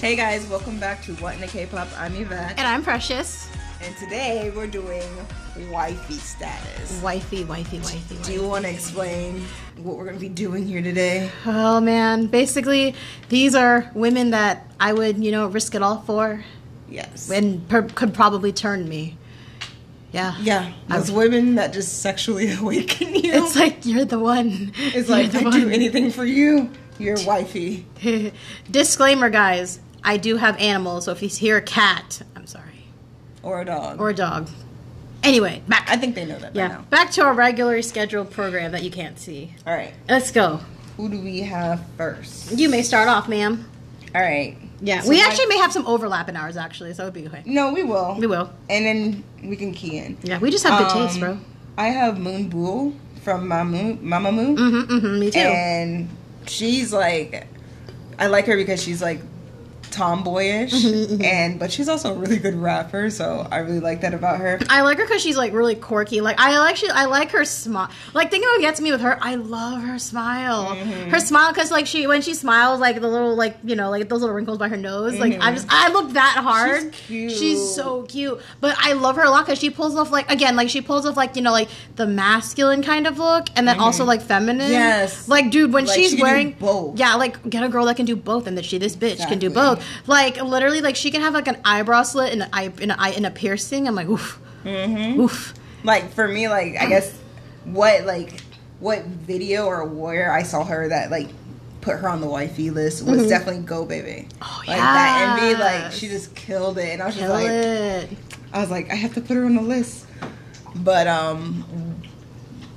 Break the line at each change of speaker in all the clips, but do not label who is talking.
Hey guys, welcome back to What in the K-pop. I'm Yvette,
And I'm Precious.
and today we're doing wifey status.
Wifey, wifey, wifey.
Do you want to explain what we're going to be doing here today?
Oh man, basically, these are women that I would, you know, risk it all for
Yes.
and per- could probably turn me. Yeah.
yeah, those women that just sexually awaken you.
It's like, you're the one.
It's like
You're
I
the
do anything for you. You're wifey.
one. Disclaimer, guys, I do have animals, so if you hear a cat, I'm sorry,
Or a dog.
or a dog. Anyway, back.
I think they know that
yeah,
by now.
back to our regularly scheduled program that you can't see.
All right.
Let's go.
Who do we have first?
You may start off, ma'am.
All right.
Yeah,
So
we
like-
actually may have some overlap in ours, actually, so it'd be okay.
No, we will.
We will.
And then we can key in.
Yeah, we just have good taste,
Um,
bro.
I have Moon Bull from Mamu, Mamamoo.
Mm-hmm, mm-hmm, me too.
And she's like, I like her because she's like tomboyish,
Mm-hmm,
and but she's also a really good rapper, so I really like that about her.
I like her because she's like really quirky. Like I actually, I like her smile. Like thinking what gets me with her, I love her smile.
Mm-hmm.
Her smile because like she when she smiles, like the little like you know like those little wrinkles by her nose. Like I just I look that hard.
Mm-hmm. cute.
She's so cute. But I love her a lot because she pulls off like again like she pulls off like you know like the masculine kind of look and then also like feminine.
Mm-hmm. Yes.
Like dude, when
Like,
she's
she can do
wearing
both.
yeah, like get a girl that can do both and that she this bitch can do
Exactly.
both. Like literally, like she can have like an eyebrow slit and an eye and a, eye, and a piercing. I'm like, oof,
Mm-hmm.
oof.
Like for me, like I guess what like what video or where I saw her that like put her on the wifey list was definitely Go Baby.
Mm-hmm. Oh,
like that envy, like
yes.
she just killed it, and I was
Kill
just like,
it.
I was like, I have to put her on the list. But um,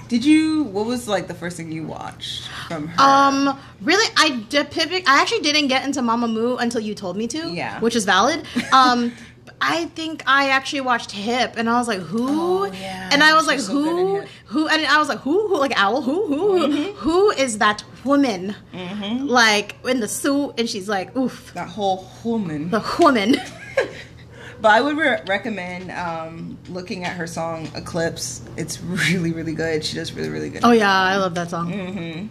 did you? What was like the first thing you watched from her?
Um, really, I did pivot. I actually didn't get into Mama Moo until you told me to.
Yeah.
which is valid. Um. I think I actually watched Hip, and I was like, "Who?"
Oh, yeah.
And I was
She's
like,
so good in
"Who?
Hip. Mm-hmm.
Who?" And I was like, "Who? Who? Like Owl? Who? Who? who- who is that woman? Like in the suit?" And she's like, "Oof,
that whole woman.
the woman."
But I would re- recommend um, looking at her song Eclipse. It's really, really good. She does really, really good.
Oh yeah, I love that song.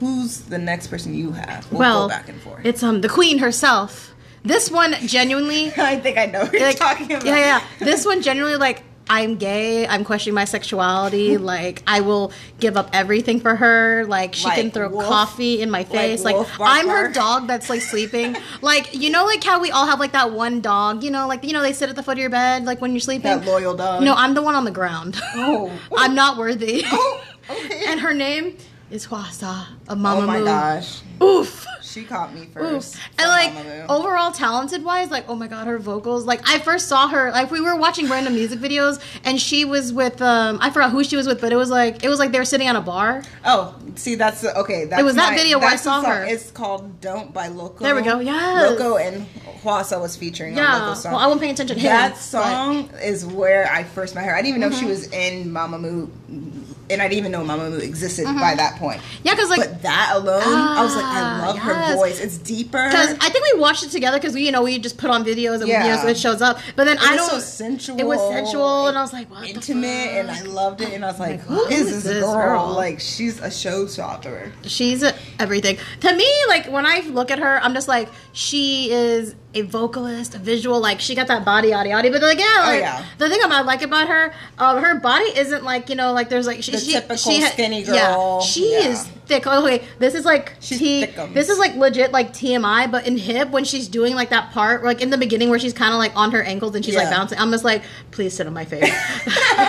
Who's the next person you have? Mm, We'll,
well,
go back and forth.
it's um the queen herself. This one genuinely
I think I know who you're
like
talking about.
Yeah, yeah. This one genuinely like I'm gay. I'm questioning my sexuality. Like I will give up everything for her. Like she can
Like
throw
wolf-
coffee in my face. Like,
wolf bark
I'm her
bark.
dog that's like sleeping. like you know, like how we all have like that one dog. You know, like you know they sit at the foot of your bed like when you're sleeping.
That loyal dog.
No, I'm the one on the ground.
Oh.
I'm not worthy.
Oh, okay.
And her name is Huasa of Mama
Oh my
Moo.
gosh,
Oof.
she caught me
Oof.
first.
And
from
like oh.
Mamamoo.
overall talented wise, like oh my god, her vocals. Like I first saw her, like we were watching random music videos, and she was with um I forgot who she was with, but it was like it was like they were sitting on a bar.
Oh, see, that's okay. That's
It was that
my-
video where I
that's the
saw
song.
her.
It's called "Don't" by Loco.
There we go, yes.
Loco and Huasa was featuring on
Yeah.
Loco's song.
Well, I wasn't paying attention to him.
that
but-
song is where I first met her. I didn't even know
Mm-hmm.
she was in Mamamoo, and I didn't even know Mamamoo existed by that point.
yeah, because Mm-hmm. like
but that alone, I was like, I
Ah,
love her
yes.
voice. It's deeper.
Because I think we watched it together because we, you know, we just put on videos and
Yeah.
you know, so it shows up. But then I
was
don't.
so sensual
It was sensual, and I
and
was like, what the
Intimate, and
fuck?
I loved it. And I was like,
God,
who
who
is
is
this,
this
girl?
girl?
Like, she's a showstopper.
She's everything to me. Like when I look at her, I'm just like, she is a vocalist, a visual. Like she got that body, yada yada. But like, yeah, like,
Oh, yeah.
the thing I like about her, um, her body isn't like you know, like there's like she,
The
she,
typical
she ha-
skinny
Yeah,
girl.
she
Yeah.
is thick. Okay, this is like
She's
T.
thickums.
This is like legit like TMI, but in hip when she's doing like that part, like in the beginning where she's kind of like on her ankles and she's like
Yeah.
bouncing. I'm just like, please sit on my face,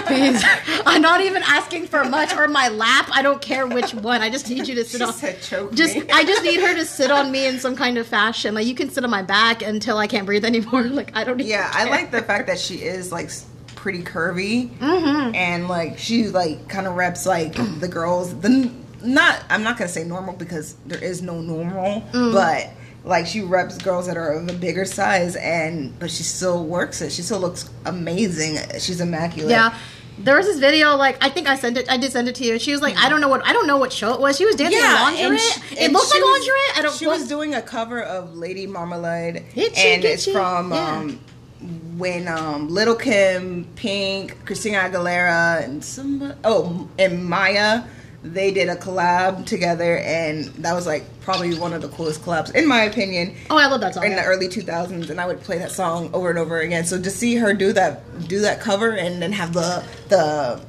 please. I'm not even asking for much or my lap. I don't care which one. I just need you to sit
She
on.
said, "Choke
just
me."
I just need her to sit on me in some kind of fashion. Like you can sit on my back until I can't breathe anymore. Like I don't. even
Yeah, I
care.
like the fact that she is like s- pretty curvy, and like she like kind of reps like the girls. The n- not I'm not gonna say normal because there is no normal, but like she reps girls that are of a bigger size, and but she still works it. She still looks amazing. She's immaculate.
Yeah. There was this video, like I think I sent it. I did send it to you. She was like, I don't know what I don't know what show it was. She was dancing
Yeah,
in lingerie.
and she-
it
and
looks
she
like
was-
lingerie. I don't.
She was doing a cover of Lady Marmalade,
Itchy,
and it's
itchy,
from
yeah.
um, when um, Little Kim, Pink, Christina Aguilera, and some oh, and Maya they did a collab together, and that was like probably one of the coolest collabs, in my opinion,
Oh, I love that song.
in the early 2000s. And I would play that song over and over again. So to see her do that, do that cover, and then have the the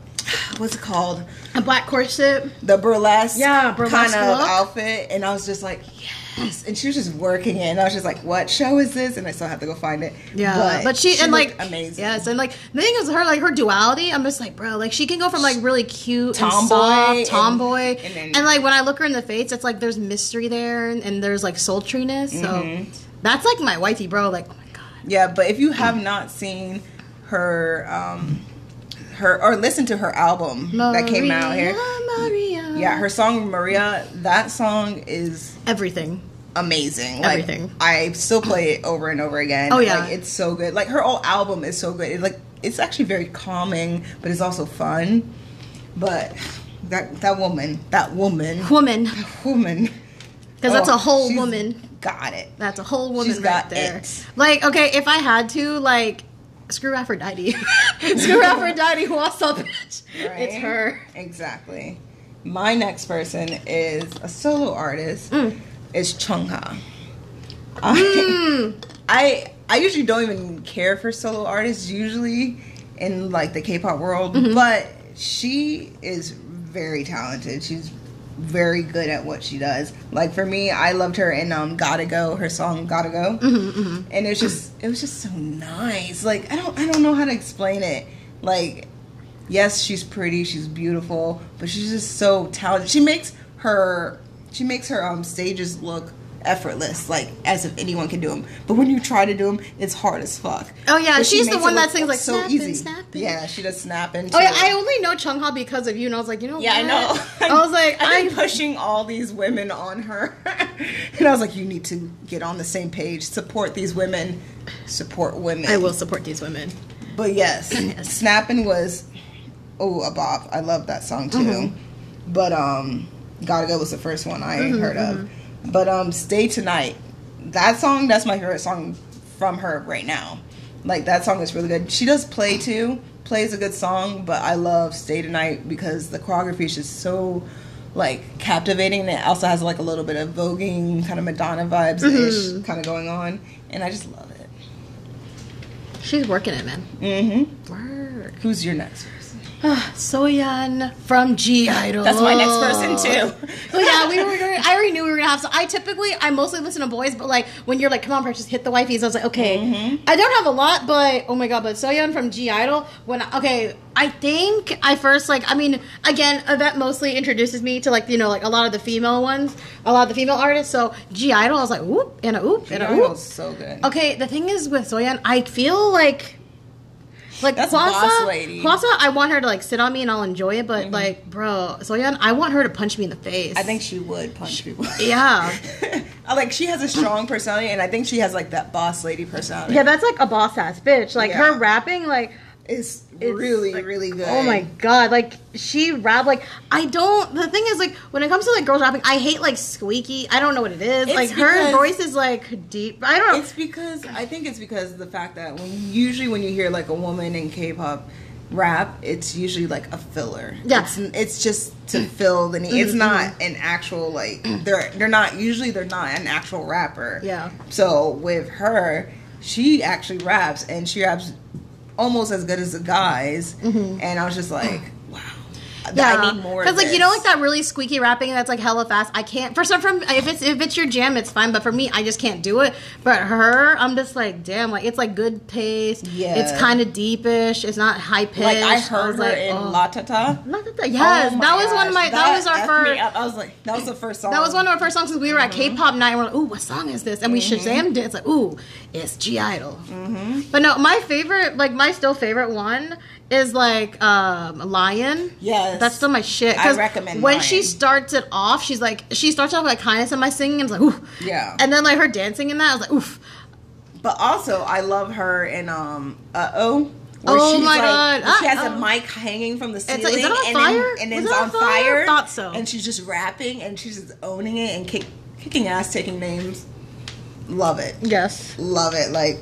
what's it called,
a black corset.
the burlesque,
Yeah,
kind
burlesque
of
look.
outfit, and I was just like, yes. And she was just working it, and I was just like, what show is this? And I still have to go find it.
Yeah, but, she, and like
looked amazing.
Yes, and like the thing is her like her duality. I'm just like, bro, like she can go from like really cute,
Tomboy
and soft,
and-
tomboy, and,
and then-
like when I look her in the face, it's like there's mystery there and, and there's like sultriness. So
Mm-hmm.
that's like my wifey, bro. Like, oh my god,
Yeah, but if you have not seen her, um, her or listened to her album that came out here,
Maria, Maria.
yeah, her song Maria, that song is
everything.
amazing. Like,
Everything.
I still play it over and over again.
Oh, yeah.
like, it's so good. Like her whole album is so good. It, like it's actually very calming, but it's also fun. But that that woman, that woman,
Woman,
woman,
because that's
oh,
a whole
she's
woman.
Got it.
That's a whole woman
She's
right
got
there.
it.
Like, okay, if I had to, like, screw Aphrodite, screw Aphrodite, who else up? It's
Right?
her.
Exactly. My next person is a solo artist.
Mm.
Is Chung Ha. I,
Mm.
I I usually don't even care for solo artists usually in like the K-pop world,
Mm-hmm.
but she is very talented. She's very good at what she does. Like for me, I loved her in um Gotta Go, her song Gotta Go.
Mm-hmm,
And it was just it was just so nice. Like I don't I don't know how to explain it. Like yes, she's pretty, she's beautiful, but she's just so talented. She makes her she makes her um stages look effortless, like as if anyone can do them. But when you try to do them, it's hard as fuck.
Oh, yeah,
But she
she's the
makes
one
it
that
look
sings, like,
so
snapping,
easy.
snapping.
Yeah, she does snapping.
Oh yeah,
too.
I only know Chung Ha because of you, and I was like, you know,
Yeah, I
what?
know.
I was like,
I've
I
been pushing all these women on her, and I was like, you need to get on the same page. Support these women. Support women.
I will support these women.
But yes, snapping was oh a bop. I love that song too. But um, gotta go was the first one I heard of. But um, stay tonight. That song that's my favorite song from her right now. Like that song is really good. She does play too. Plays a good song, but I love Stay Tonight because the choreography is just so like captivating and it also has like a little bit of voguing kind of Madonna vibes ish kind of going on and I just love it.
She's working it, man.
Mhm.
Work.
Who's your next person?
Soyeon from G Idol.
That's my next person too.
Oh yeah, we were. Gonna, I already knew we were gonna have. So I typically, I mostly listen to boys, but like when you're like, come on, Precious, hit the wifeys. I was like, okay,
Mm-hmm.
I don't have a lot, but oh my god, but Soyeon from G Idol. When okay, I think I first like. I mean, again, Yvette mostly introduces me to like you know like a lot of the female ones, a lot of the female artists. So G Idol, I was like, whoop and a oop and a
That
oop.
was so good.
Okay, the thing is with Soyeon, I feel like like
That's
Kwasa,
boss lady. Mm-hmm.
Kwasa, I want her to like sit on me and I'll enjoy it, but like, bro, Soyeon, I want her to punch me in the face.
I think she would punch people.
yeah,
I like she has a strong personality, and I think she has like that boss lady personality.
yeah, that's like a boss ass bitch. Like
Yeah.
her rapping, like
it's,
it's,
really,
like,
really good.
Oh my god, like she rap like I don't. The thing is, like when it comes to like girls rapping, I hate like squeaky. I don't know what it is.
It's
like her
because-
voice is like deep. I don't. know.
It's because I think it's because of the fact that when usually when you hear like a woman in K-pop rap, it's usually like a filler.
Yeah. Mm-hmm.
it's, it's just to fill the need. It's not an actual like they're they're not usually they're not an actual rapper.
Yeah.
So with her, she actually raps and she raps almost as good as the guys. And I was just like, wow, I need more. of
Because Mm-hmm. like you know,
this.
like that really squeaky rapping that's like hella fast. I can't. For some, from if it's if it's your jam, it's fine. But for me, I just can't do it. But her, I'm just like, damn. Like it's like good pace.
Yeah.
It's kind of deepish. It's not high pitched.
Like I heard her in
lot.
Latata.
Yes,
Oh my
that was one of my.
gosh,
That, was our
effed
first.
me up. Mm-hmm. I was like, that was the first song.
That was one of our first songs since we were at K-pop night. And we're like, "Ooh, what song is this?" And we
Mm-hmm.
Shazammed it. It's like, "Ooh, it's G Idol." But no, my favorite, like my still favorite one, is like um, Lion.
Yes.
that's still my shit.
I
'Cause
recommend
when
Lion.
she starts it off. She's like, she starts off with like kindness in my singing. And it's like, ooh,
Yeah.
And then like her dancing in that, I was like, oof.
But also, I love her in um uh oh.
Oh my God,
She has a
Uh-oh.
mic hanging from the ceiling,
like, is that on
and
fire?
then, and
Was
it's
that
on
on fire?
fire.
Thought so.
And she's just rapping, and she's just owning it and kick, kicking ass, taking names. Love it,
Yes.
love it. Like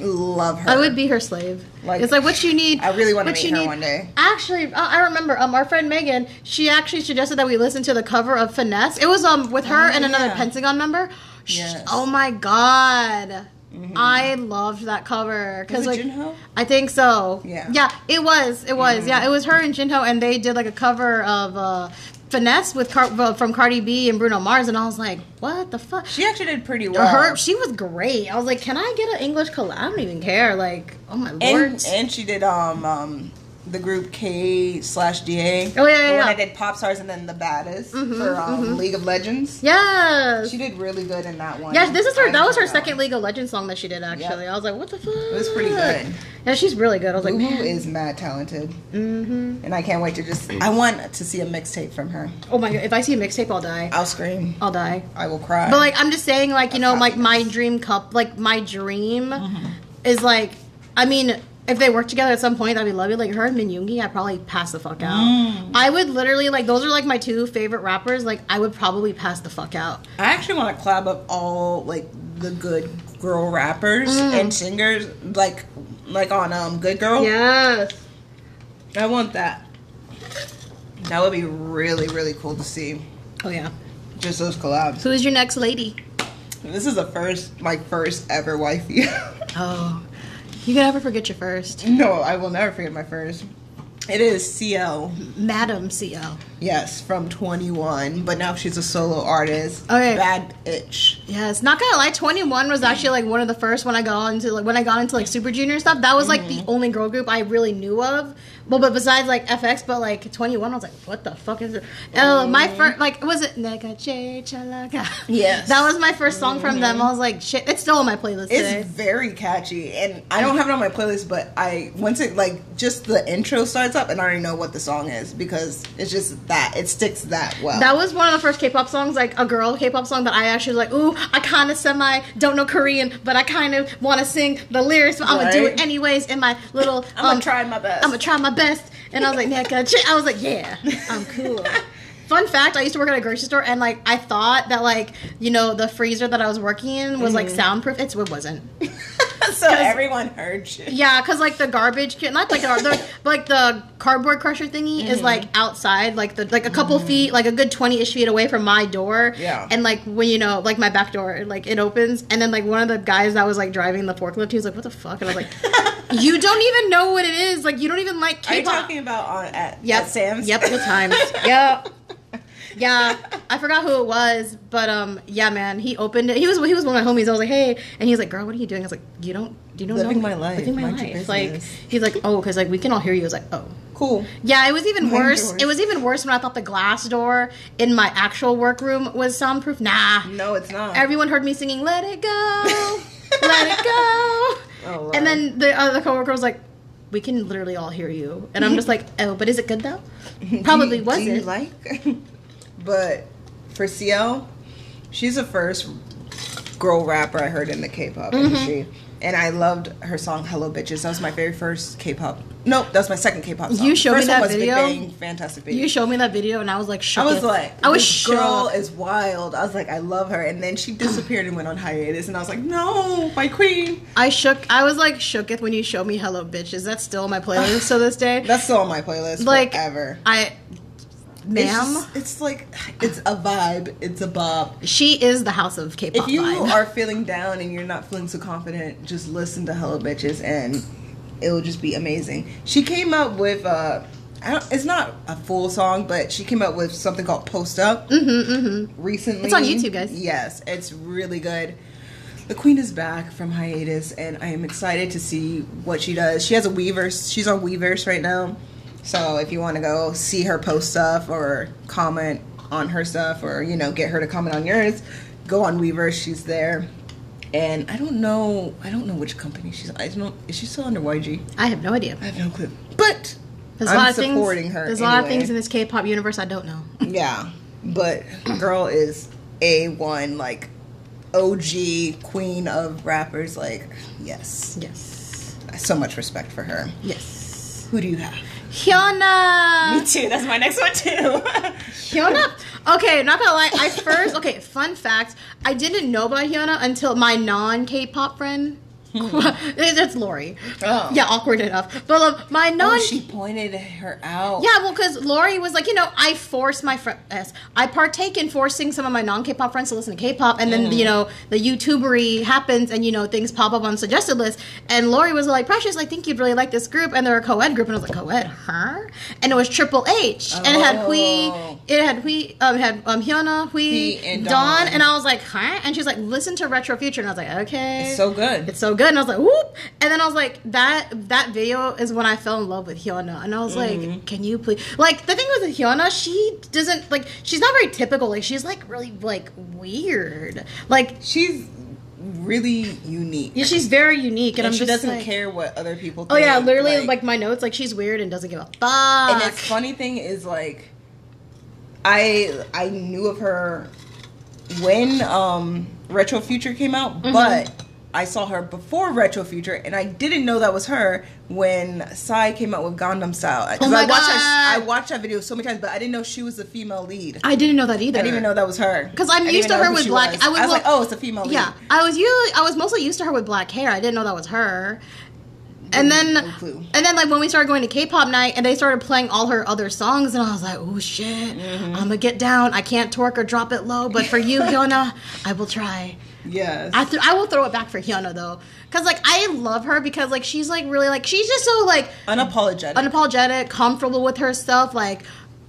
Love her.
I would be her slave.
Like,
it's like what you need.
I really wanna
what
meet
you
her one day.
Actually, uh, I remember um, our friend Megan. She actually suggested that we listen to the cover of Finesse. It was um with her
Oh,
and another
yeah.
Pentagon member. Sh-
Yes. Mm-hmm.
Oh my god. I loved that cover because
Was it
like
Jinho?
I think so.
Yeah.
yeah, it was, it was, yeah, it was her and Jinho, and they did like a cover of uh, finesse with Car- from Cardi B and Bruno Mars, and I was like, what the fuck?
She actually did pretty well.
her she was great. I was like, can I get an English collab? I don't even care. Like, oh my lord.
and, and she did um um the group K slash DA.
Oh, yeah, yeah,
the
yeah. Mm-hmm,
One that did Pop Stars and then the Baddest for um, League of Legends.
yes.
She did really good in that one.
yeah, this is
I
her. That was her
enjoyed
second League of Legends song that she did. Actually, I was like, "What the fuck?" It
was pretty good.
Yeah, she's really good. I was like,
one. Lulu
"Man,
is mad talented, mm-hmm. and I can't wait to just. I want to see a mixtape from her.
oh my god, if I see a mixtape, I'll die.
I'll scream.
I'll die."
I will cry.
But like I'm just saying, like you know, like my dream cup, like my dream
Mm-hmm.
is like, I mean, if they work together at some point, that'd be lovely. Like her and Min Yoongi, I'd probably pass the fuck out.
Mm.
I would literally like those are like my two favorite rappers. Like I would probably pass the fuck out.
I actually want to collab up all like the good girl rappers
Mm.
and singers, like like on um Good Girl.
Yes.
I want that. That would be really really cool to see.
Oh yeah.
Just those collabs.
Who is your next lady?
This is the first my first ever wifey.
Oh, you can never forget your first,
no, I will never forget my first. It is CL,
Madam Co.
yes, from 21, but now she's a solo artist.
Okay.
Bad bitch.
Yes, not gonna lie, Twenty One was actually like one of the first when I got into like when I got into like Super Junior and stuff. That was like the only girl group I really knew of. Well, but besides like FX, but like Twenty One, I was like, what the fuck is it? Oh, my first like was it Nega J Chalaka?
Yes.
that was my first song from them. I was like, shit, Mm-hmm. it's still on my playlist
It's
today.
very catchy, and I don't have it on my playlist, but I once it like just the intro starts up, and I already know what the song is because it's just that it sticks that well.
That was one of the first K-pop songs, like a girl K-pop song that I actually was like. Ooh, I kind of semi don't know Korean, but I kind of want to sing the lyrics. But I'm gonna do
Right.
it anyways in my little.
I'm gonna
um,
try my best.
I'm gonna try my best. And I was like, Neka, ch-" I was like, yeah, I'm cool. Fun fact, I used to work at a grocery store and like I thought that like, you know, the freezer that I was working in was
Mm-hmm.
like soundproof. It's it wasn't.
so everyone heard you.
Yeah, cuz like the garbage can not like the, the but, like the cardboard crusher thingy
Mm-hmm.
is like outside like the like a couple feet, like a good 20ish feet away from my door.
Yeah.
And like when you know, like my back door, like it opens and then like one of the guys that was like driving the forklift, he was like, "What the fuck?" And I was like, "You don't even know what it is. Like you don't even like
Are you
K-pop."
talking about on at,
Yep.
at Sam's?
Yep, the times. yep. Yeah, I forgot who it was, but um, yeah, man, he opened it. He was he was one of my homies. I was like, hey, and he's like, girl, what are you doing? I was like, you don't you don't
Living
know
my
me.
life.
living my
Mind your
life. Like
business.
he's like, oh, because like we can all hear you. I was like, oh.
Cool.
Yeah, it was even
Mind
worse.
yours.
It was even worse when I thought the glass door in my actual workroom was soundproof. Nah,
No, it's not.
everyone heard me singing "Let It Go, Let It Go,"
Oh, Lord.
and then the other coworker was like, "We can literally all hear you," and I'm just like, "Oh, but is it good though? Probably
do, you-
wasn't."
Do you like? but for CL, she's the first girl rapper I heard in the K-pop
Mm-hmm.
industry, and I loved her song "Hello Bitches." That was my very first K-pop. Nope, that was my second K-pop song.
You showed me
first
that
one was
video.
Big Bang, Fantastic Baby.
you showed me that video, and I was like, shook
I was
as-
like,
I was
this girl
shook.
is wild. I was like, I love her, and then she disappeared and went on hiatus, and I was like, no, my queen.
I shook. I was like shooketh when you showed me "Hello, bitches." That's still on my playlist to this day.
That's still on my playlist
Like
forever.
I,
It's
ma'am,
just- it's like it's a vibe. It's a bob.
she is the house of K-pop.
If you
vibe.
are feeling down and you're not feeling so confident, just listen to Hello Bitches and it'll just be amazing. She came up with uh I don't, it's not a full song, but she came up with something called Post Up recently.
It's on YouTube, guys.
Yes, it's really good. The Queen is back from hiatus, and I am excited to see what she does. She has a Weavers. She's on Weavers right now, so if you want to go see her post stuff or comment on her stuff, or you know get her to comment on yours, go on Weavers. She's there. And I don't know. I don't know which company she's. I don't. Is she still under YG?
I have no idea.
I have no clue. But
There's a
I'm
lot of
supporting
things.
her.
there's a lot of
anyway.
things in this K-pop universe I don't know.
Yeah, but girl is a one like OG queen of rappers. Like, yes,
Yes.
so much respect for her.
Yes.
Who do you have?
Hyuna.
too. That's my next one too. Oh,
Hyuna. Okay, not gonna lie. I first. Okay, fun fact. I didn't know about Hyuna until my non K-pop friend That's Lori.
Oh.
Yeah, awkward enough. But um, my non.
Oh, she pointed her out.
yeah, well, because Lori was like, you know, I force my friends, I partake in forcing some of my non K-pop friends to listen to K-pop, and then you
Mm.
know the YouTubery happens, and you know things pop up on suggested lists. And Lori was like, Precious, I think you'd really like this group, and they're a co-ed group, and I was like, co-ed, huh? And it was Triple H, and it had
Oh.
Hui, it had Hui, um, it had um, Hyuna, Hui,
Hui and
Dawn,
Dawn.
and I was like, huh? And she's like, listen to Retro Future, and I was like, okay,
It's so good.
it's so good. And I was like, whoop. And then I was like, that that video is when I fell in love with Hyuna. And I was
Mm-hmm.
like, can you please like the thing with Hyuna, she doesn't like she's not very typical. Like she's like really like weird. Like
She's really unique.
yeah, she's very unique and,
and
I'm
she
just
doesn't
like,
care what other people
Oh
think.
yeah, literally like, my notes, like she's weird and doesn't give a
and
fuck.
the funny thing is like I I knew of her when um Retro Future came out,
Mm-hmm.
but I saw her before Retro Future and I didn't know that was her when Psy came out with Gundam Style. 'Cause
Oh my
I watched that,
God.
I watched that video so many times, but I didn't know she was the female lead.
I didn't know that either.
I didn't even know that was her.
'Cause I'm
I didn't
used to
even know
her
who
with
she
black-
was.
I
I
would
was like,
look-
oh, it's a female lead.
Yeah, I was usually I was mostly used to her with black hair. I didn't know that was her. And then,
Mm, No clue.
and then, like when we started going to K-pop night, and they started playing all her other songs, and I was like, "Oh shit,
Mm-hmm.
I'm gonna get down. I can't twerk or drop it low, but for you, Hyuna, I will try.
Yes.
I th- I will throw it back for Hyuna though, because like I love her because like she's like really like she's just so like
Unapologetic.
unapologetic, comfortable with herself, like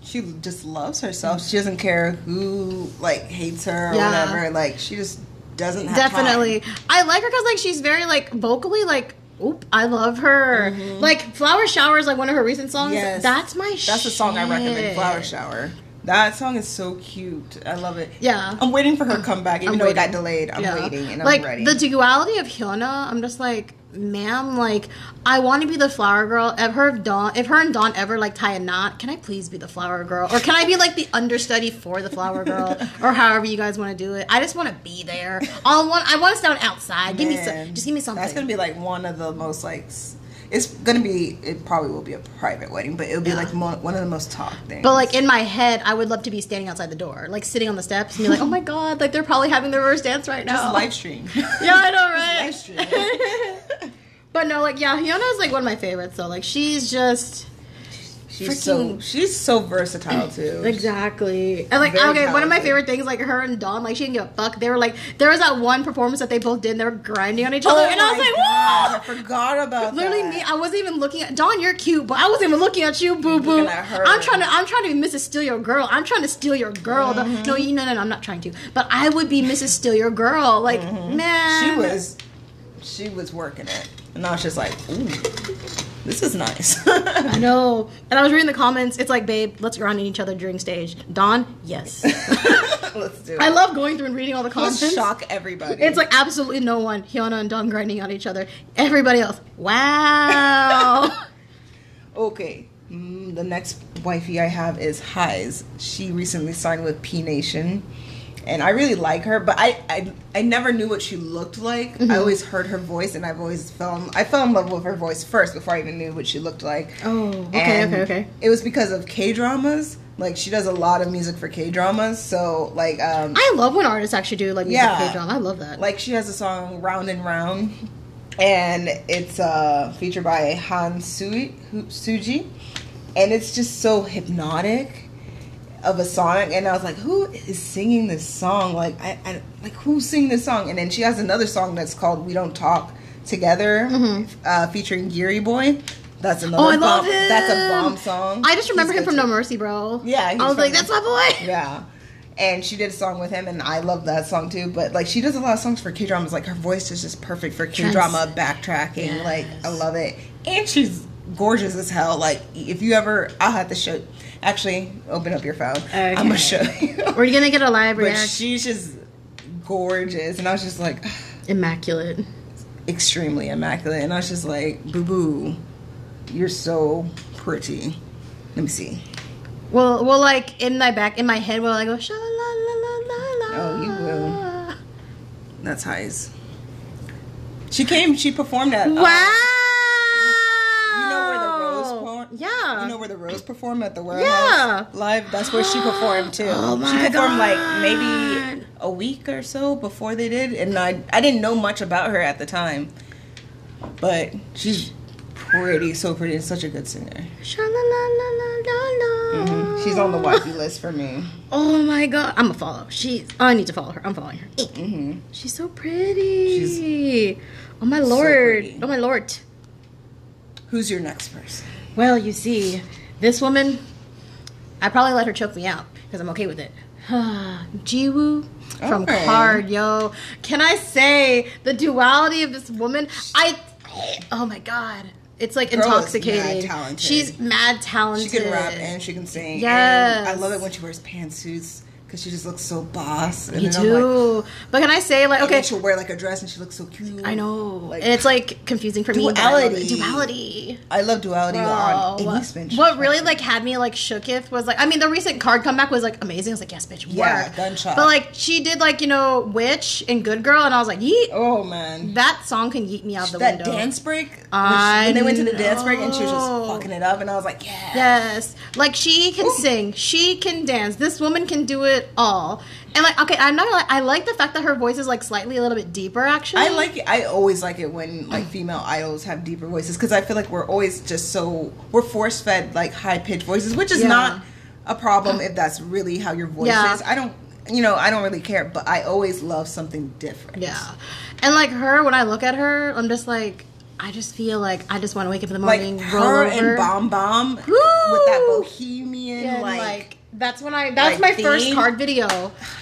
she just loves herself. She doesn't care who like hates her or
Yeah.
whatever. Like she just doesn't have
definitely
time.
i like her because like she's very like vocally like oop i love her like flower shower is like one of her recent songs
Mm-hmm. Yes.
that's my
That's the song I recommend.
shit.
Flower shower. That song is so cute. I love it.
Yeah.
I'm waiting for her to come back, even
I'm
though it got
waiting.
delayed. I'm
Yeah.
waiting and I'm
like
ready.
the duality of hyuna i'm just like ma'am like i want to be the flower girl if her and dawn if her and dawn ever like tie a knot can i please be the flower girl or can i be like the understudy for the flower girl or however you guys want to do it i just want to be there i want i want to stand outside give me some
Man,
just give me something
That's gonna be like one of the most like. s- It's gonna be. It probably will be a private wedding, but it'll be like mo- one of the most talked things.
But like in my head, I would love to be standing outside the door, like sitting on the steps and be like, "Oh my god, like they're probably having their reverse dance right now."
just live stream.
Yeah, I know, right?
live stream.
But no, like yeah, Hyuna is like one of my favorites. So like she's just
She's so
Freaking-
she's so versatile too.
exactly and like
Very
okay. One of my
talented.
favorite things, like her and Dawn, like she didn't give a fuck. They were like there was that one performance that they both did. and They were grinding on each other, and I was
Oh my
like,
God,
"Whoa!"
I forgot about
Literally
that.
me, I wasn't even looking at Dawn. You're cute, but I wasn't even looking at you, boo boo.
Looking at her.
I'm trying to, I'm trying to be Mrs. Steal Your Girl. I'm trying to steal your girl. The-
Mm-hmm.
No, you, no, no, no, I'm not trying to. But I would be Mrs. Steal Your Girl. Like man,
Mm-hmm. She was, she was working it, and I was just like, ooh, this is nice.
I know. And I was reading the comments. It's like, babe, let's grind on each other during stage. Dawn, yes.
Let's do it.
I love going through and reading all the
Let's
comments.
shock everybody.
It's like absolutely no one. Hyuna and Dawn grinding on each other. Everybody else. Wow.
okay. Mm, the next wifey I have is Highs. She recently signed with P Nation, and I really like her. But I, I, I never knew what she looked like.
Mm-hmm.
I always heard her voice, and I've always fell. In, I fell in love with her voice first before I even knew what she looked like.
Oh, okay,
And
okay, okay.
It was because of K dramas. Like she does a lot of music for K dramas. So like, um,
I love when artists actually do like music
Yeah.
yeah. drama. I love that.
like she has a song round and round and it's uh featured by han Sui, Hu- suji and it's just so hypnotic of a song and i was like who is singing this song like i, I like who sing this song and then she has another song that's called we don't talk together uh, featuring geary boy that's another
Mm-hmm. oh, I
bomb,
love him.
that's a bomb song
I just remember
He's
him
good
from
too.
No Mercy, bro.
Yeah, he's
I was
from
like,
No-
that's my boy.
Yeah. And she did a song with him, and I love that song too. But like, she does a lot of songs for K dramas. Like, her voice is just perfect for K drama backtracking. Like, I love it. And she's gorgeous as hell. Like, if you ever, I'll have to show. Actually, open up your phone. I'm gonna
Okay.
show you.
We're gonna get a live
but
reaction.
she's just gorgeous, and I was just like,
Immaculate.
extremely immaculate. And I was just like, boo boo, you're so pretty. Let me see.
Well, well, like in my back, in my head, while I go sha la la la la la.
Oh, you will. That's highs. She came. She performed at. uh,
Wow.
You know where the Rose performed?
Oh, Yeah.
You know where the Rose performed at the warehouse
Yeah.
live? That's where she performed too.
Oh
she
my
performed
God.
like maybe a week or so before they did, and I I didn't know much about her at the time. But she's pretty, so pretty, and such a good singer.
Sha-la-la-la-la-la.
Mm-hmm. She's on the wifey list for me.
Oh my god, I'm gonna follow. She. Oh, I need to follow her. I'm following her.
Mm-hmm.
She's so pretty. oh my lord.
pretty.
oh my lord.
Who's your next person?
Well, you see, this woman, I probably let her choke me out because I'm okay with it. Jiwoo from
Okay.
Card, yo. Can I say the duality of this woman? I, oh my god, it's like
Girl is mad
intoxicating.
talented.
She's mad talented.
She can rap and she can sing. And I
Yes.
love it when she wears pantsuits because she just looks so boss. And
you
then I'm like,
do, but can I say like
okay.
okay?
she'll wear like a dress and she looks so cute.
I know,
Like,
and it's like confusing for me. but I love it.
Duality.
duality.
I love duality on
Bro,
Amy Spinch.
What really like had me like shooketh was like I mean the recent card comeback was like amazing. I was like yes bitch work.
Yeah, gunshot.
But like she did like you know witch and good girl and I was like yeet.
Oh man.
That song can yeet me out the
that
window.
dance break when, she-
I
when they went to the dance break and she was just
know.
fucking it up and I was like, yeah.
Yes, like she can sing, she can dance. This woman can do it all. And like okay, I'm not gonna lie, I like the fact that her voice is like slightly a little bit deeper actually.
I like it. I always like it when like female idols have deeper voices because I feel like we're always just so we're force fed like high pitched voices, which is
Yeah.
not a problem if that's really how your voice
Yeah.
is. I don't, you know, I don't really care, but I always love something different.
yeah, and like her when I look at her, I'm just like I just feel like I just want to wake up in the
like
morning, roll
her
over.
and Bomb Bomb with that
Woo!
bohemian
Yeah, and,
like,
like, that's when I that's
like,
my first
theme.
card video.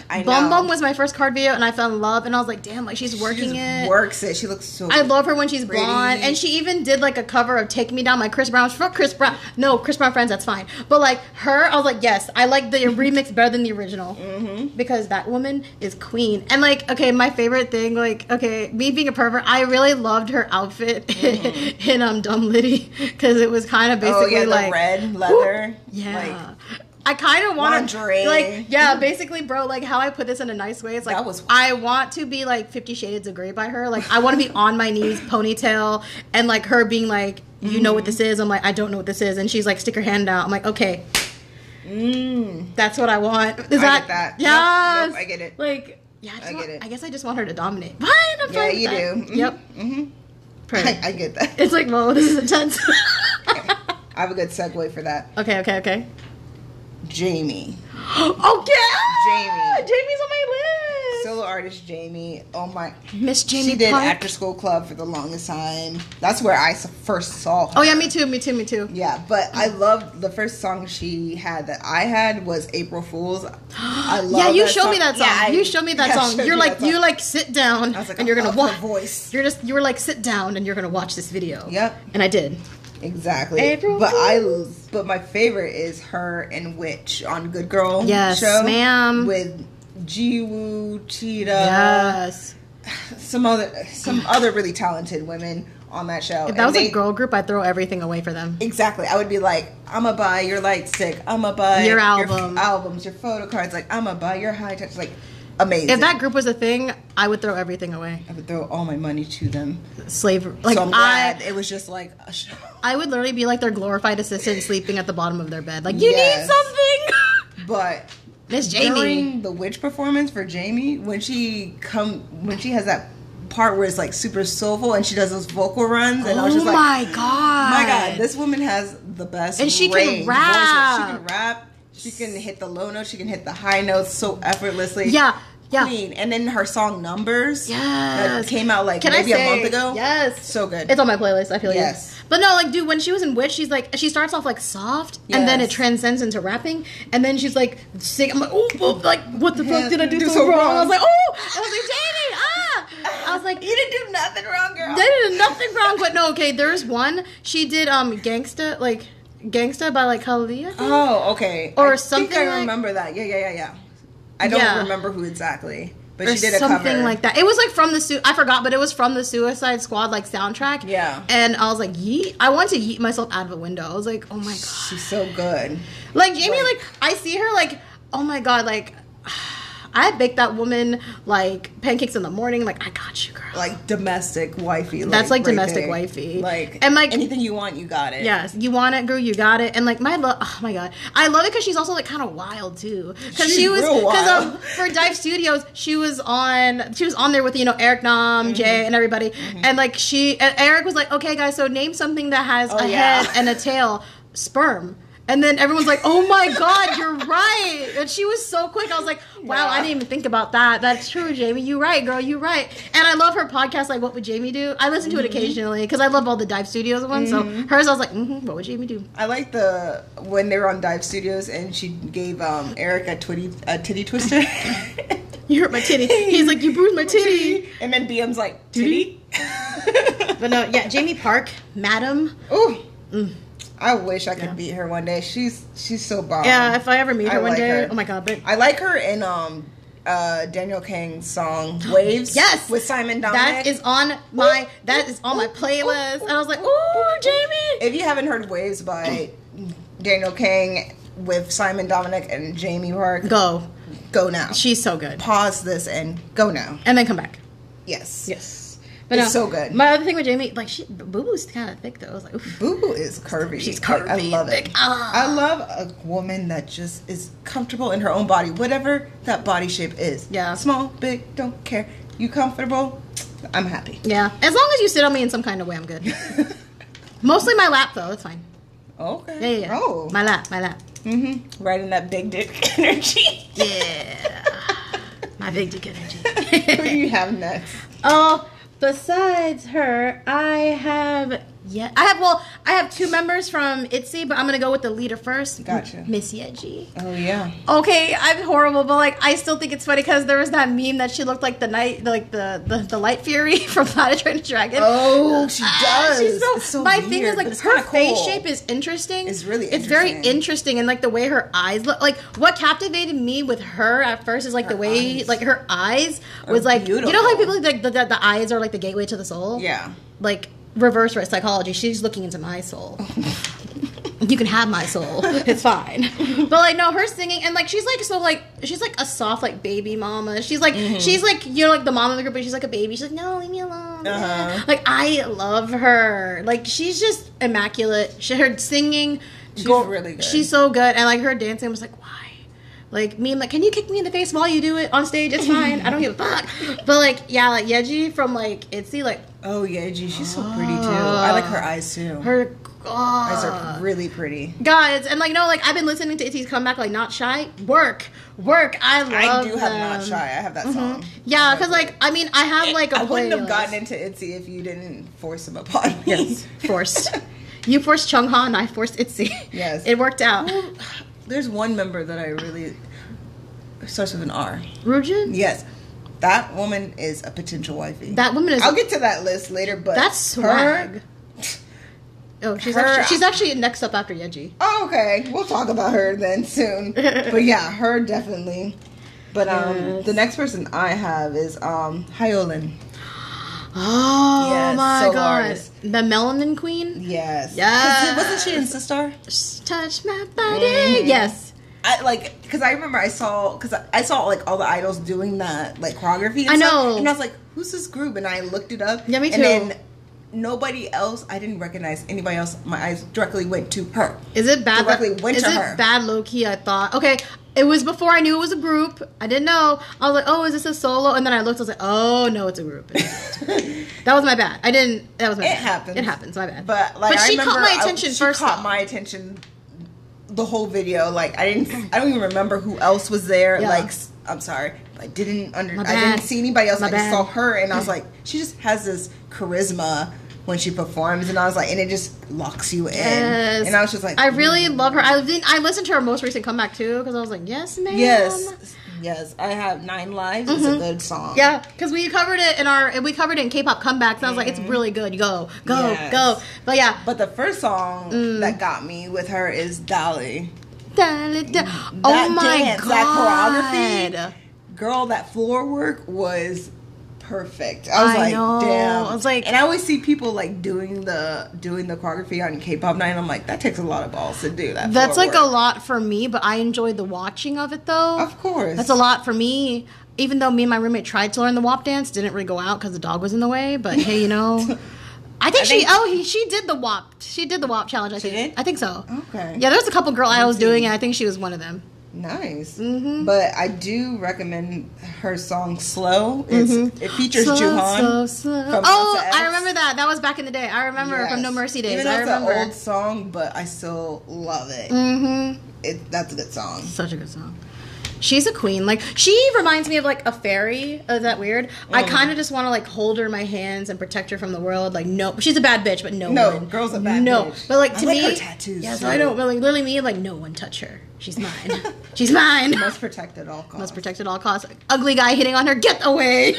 I know.
Bum Bum was my first card video, and I fell in love, and I was like, damn, like she's
she
working
just
it.
works it. She looks so.
I love her when she's
Pretty.
blonde, and she even did like a cover of "Take Me Down" by Chris Brown. Fuck Chris Brown. No, Chris Brown friends, that's fine. But like her, I was like, yes, I like the remix better than the original
Mm-hmm.
because that woman is queen. And like, okay, my favorite thing, like, okay, me being a pervert, I really loved her outfit in um Dumb Liddy because it was kind of
Mm-hmm. oh
basically
yeah, the
like
red leather.
yeah.
like,
I kind of want to
Lingerie.
like yeah, basically, bro. Like how I put this in a nice way. It's like
That was-
I want to be like Fifty Shades of Grey by her. Like I want to be on my knees, ponytail, and like her being like, you know what this is. I'm like, I don't know what this is, and she's like, stick her hand out. I'm like, okay, that's what I want. Is
Mm. I get that.
Yeah,
Nope, nope, I get it.
Like yeah, I, just
I
want-
get it.
I guess I just want her to dominate. Fine, I'm
Yeah,
fine with
you
that.
do. Mhm,
Yep.
mhm. I,
Perfect.
I get that.
it's like, whoa, this is intense.
I have a good segue for that.
okay, okay, okay.
Jamie.
oh yeah,
Jamie.
Jamie's on my list.
solo artist Jamie. Oh my,
Miss Jamie
she did
Park.
After School Club for the longest time. That's where I s- first saw her.
oh yeah, me too, me too, me too.
Yeah, but I loved the first song she had that I had was April Fools. I love
yeah, you
that
showed
song.
me that song.
Yeah, I-
you showed me that
yeah, I
song.
showed
You're
you
like
that song.
you like sit down
I was like,
and you're
I
gonna
love
watch.
her voice.
You're just you were like sit down and you're gonna watch this video.
Yep.
And I did.
exactly.
April
but I
Fools.
but my favorite is her and Witch on Good Girl.
Yes,
show
ma'am.
With Jiwoo, Cheetah,
yes.
some other some other really talented women on that show.
If
And
that was
they-
a girl group, I'd throw everything away for them.
Exactly. I would be like, I'ma buy your light stick. I'ma buy
Your
f-
album.
albums, your photo cards. Like I'ma buy your high touch. Like amazing.
If that group was a thing, I would throw everything away.
I would throw all my money to them.
Slavery. Like
so I'm glad
I,
it was just like a show.
I would literally be like their glorified assistant sleeping at the bottom of their bed. Like you
Yes.
need something.
But
Miss Jamie.
during the witch performance for Jamie, when she come when she has that part where it's like super soulful and she does those vocal runs and I was
oh
just like
my god.
my god, this woman has the best.
And she can
range, voice- She
rap.
can rap. She can hit the low notes. She can hit the high notes so effortlessly.
Yeah, yeah.
Queen. And then her song "Numbers,"
Yes.
that came out like
Can I
maybe
say-
a month ago.
Yes.
so good.
It's on my playlist. I feel you.
Yes.
But no, like, dude, when she was in Witch, she's like, she starts off like soft, and then it
Yes.
transcends into rapping, and then she's like, sing. I'm like, oh, well, like, what the fuck
Yeah,
did I do,
do
so,
so
wrong?
wrong.
I was like, oh, I was like, Jamie, ah, I was like.
you didn't do nothing wrong, girl.
They did nothing wrong, but no, okay. There's one she did, um, gangsta like gangsta by like Khalid. I think.
oh, okay.
Or
I
something
Think I
like-
remember that. Yeah, yeah, yeah, yeah. I don't
Yeah.
remember who exactly, but
or
she did a
something
cover.
like that. It was like from the su- I forgot, but it was from the Suicide Squad like soundtrack.
Yeah.
and I was like, yeet! I wanted to yeet myself out of a window. I was like, oh my god!
She's so good.
Like Jamie,
Right.
like I see her, like oh my god, like I baked that woman like pancakes in the morning. Like I got you, girl.
Like domestic wifey.
That's like domestic wifey.
Like
And, like-
anything you want, you got it.
Yes, you want it, girl. You got it. And like my love, oh my god, I love it because she's also like kind of wild too. Because
She's
she was
real
because
wild.
um, for Dive Studios, she was on she was on there with you know Eric Nam, Jay,
Mm-hmm.
and everybody. And like she and Eric was like, okay, guys, so name something that has
Oh,
a
yeah.
head and a tail, sperm. And then everyone's like, "Oh my God, you're right!" And she was so quick. I was like, "Wow,
Yeah.
I didn't even think about that. That's true, Jamie. You right, girl. You right." And I love her podcast. Like, what would Jamie do? I listen to it
Mm-hmm.
occasionally because I love all the Dive Studios ones. So hers, I was like, hmm "What would Jamie do?"
I like the when they were on Dive Studios and she gave um, Eric a twitty a titty twister.
You hurt my titty. He's like, "You bruised my titty."
and then BM's like titty.
But no, yeah, Jamie Park, Madam.
Ooh.
Mm.
I wish I could meet her one day. She's she's so bomb.
Yeah, if I ever meet her
Um, I
one
like
day,
her.
oh my God, but.
I like her in um uh Daniel Kang's song Waves.
Yes,
With Simon Dominic.
That is on my that is on my playlist, and I was like, "Ooh, Jamie!"
If you haven't heard Waves by Daniel Kang with Simon Dominic and Jamie Park,
Go,
go now.
she's so good.
Pause this and go now.
And then come back.
Yes.
Yes. But
It's
no,
so good.
My other thing with Jamie, like she Boo Boo's kind of thick though. I was like, oof.
Boo Boo is curvy.
She's
Like, I
curvy,
love it.
like, ah.
I love a woman that just is comfortable in her own body, whatever that body shape is.
Yeah.
Small, big, don't care. You comfortable? I'm happy.
yeah. As long as you sit on me in some kind of way, I'm good. Mostly my lap though. That's fine.
okay.
Yeah, yeah. yeah.
Oh.
My lap. My lap.
mm-hmm. Right in that big dick energy.
Yeah. my big dick energy.
Who do you have next?
Oh, besides her, I have yeah. I have well, I have two members from ITZY, E, but I'm gonna go with the leader first.
Gotcha.
Miss Yeji.
Oh yeah.
Okay, I'm horrible, but like I still think it's funny because there was that meme that she looked like the night, like the the, the light fury from How to Train Your Dragon.
Oh, she
Ah,
does.
she's so,
It's so
my
weird,
thing is
but
like
it's
her
kinda
face
cool.
shape is interesting.
It's really
it's very
interesting.
interesting, and like the way her eyes look. Like what captivated me with her at first is like the way
eyes.
like her eyes was like you know how
beautiful.
people like the, the, the eyes are like the gateway to the soul.
Yeah.
like reverse psychology. She's looking into my soul you can have my soul. It's fine. but like no, her singing and like she's like so like she's like a soft like baby mama. She's like
Mm-hmm.
she's like you know like the mom of the group, but she's like a baby. She's like no, leave me alone.
Uh-huh.
Like I love her. Like she's just immaculate. She, her singing,
She's really good.
She's so good, and like her dancing was like why. Like me, I'm like, can you kick me in the face while you do it on stage? It's fine. I don't give a fuck. But like, yeah, like Yeji from like Itzy, like
Oh yeah, gee, she's so pretty too. I like her eyes too. Her
her
eyes
uh,
are really pretty.
guys and like no like i've been listening to itzy's comeback like not shy work work i love
I do have not
them.
shy. I have that song.
yeah because like i mean i have like a
I wouldn't have
playlist.
gotten into Itsy if you didn't force him upon me.
yes forced you forced chung ha and i forced itzy
Yes.
it worked out
There's one member that I really it starts with an R.
rujin
Yes, that woman is a potential wifey.
that woman is
I'll get to that list later, but
that's swag
Her,
oh she's
her- uh,
actually she's actually next up after yeji
oh, okay, we'll talk about her then soon. but yeah, her definitely. But um,
Yes.
the next person I have is um Hyolyn.
oh
Yes,
my
so
god
artist.
the melanin queen
Yes. 'Cause
Yes.
Wasn't she in Sistar?
Just touch my body
Mhm.
yes
I like because I remember I saw because I, I saw like all the idols doing that like choreography. And
I
stuff,
know.
and I was like, "Who's this group?" And I looked it up.
Yeah, me too.
And then nobody else. I didn't recognize anybody else. My eyes directly went to her.
Is it bad?
Directly
that-
went
is
to
it
her.
bad low key? I thought. Okay, it was before I knew it was a group. I didn't know. I was like, oh, is this a solo? And then I looked. I was like, oh no, it's a group.
it
that was my bad. I didn't. That was my. bad.
happens.
It happens. My bad.
But like,
but
I
she
remember
caught my
I-
attention
she
first.
Caught
though.
my attention. The whole video, like I didn't. I don't even remember who else was there.
Yeah.
Like s- I'm sorry, I didn't under.
My
I didn't
bad.
see anybody else.
My
I just
bad.
saw her, and I was like, she just has this charisma when she performs, and I was like, and it just locks you in.
Yes.
And I was just like, "Mm."
I really love her. I didn't, I listened to her most recent comeback too because I was like, yes, ma'am.
yes, yes. I have nine lives. It's a good song.
Mm-hmm. Yeah, because we covered it in our we covered it in K-pop comebacks. And I was like, it's really good. Go, go,
Mm-hmm. Yes.
go. But yeah,
But the first song
Mm.
that got me with her is Dolly.
Da- da- da. oh
That
my
dance,
god,
that choreography. Girl, that floor work was perfect. I was
I
like,
know.
damn.
I was like-
and I always see people like doing the doing the choreography on K-pop night. And I'm like, that takes a lot of balls to do that.
That's like a
forward.
lot for me, but I enjoyed the watching of it though.
Of course.
That's a lot for me. Even though me and my roommate tried to learn the WAP dance, didn't really go out because the dog was in the way. But hey, you know, I think she.
think-
Oh, he, she did the WAP. She did the WAP challenge. I think.
did?
I think so.
Okay.
Yeah, there was a couple girl I was doing, and I think she was one of them.
Nice.
Mm-hmm.
But I do recommend her song "Slow." It's, It features
Mm-hmm. Slow,
Juhan.
slow, slow.
from
Oh,
Monsta X.
I remember that. That was back in the day. I remember from
Yes.
No Mercy days.
Even though
I
it's
remember.
an old song, but I still love it.
Mm-hmm.
It that's a good song.
Such a good song. She's a queen. Like she reminds me of like a fairy. Oh, Is that weird? I
Oh.
kind of just want to like hold her in my hands and protect her from the world. Like no, she's a bad bitch, but no,
No,
one.
girl's a bad
no.
bitch.
But like
I
to
like
me,
her tattoos,
Yeah, so
too.
I don't. But like literally me, like no one touch her. She's mine. she's mine.
Must protect at all costs.
Must protect at all costs. Ugly guy hitting on her. Get away.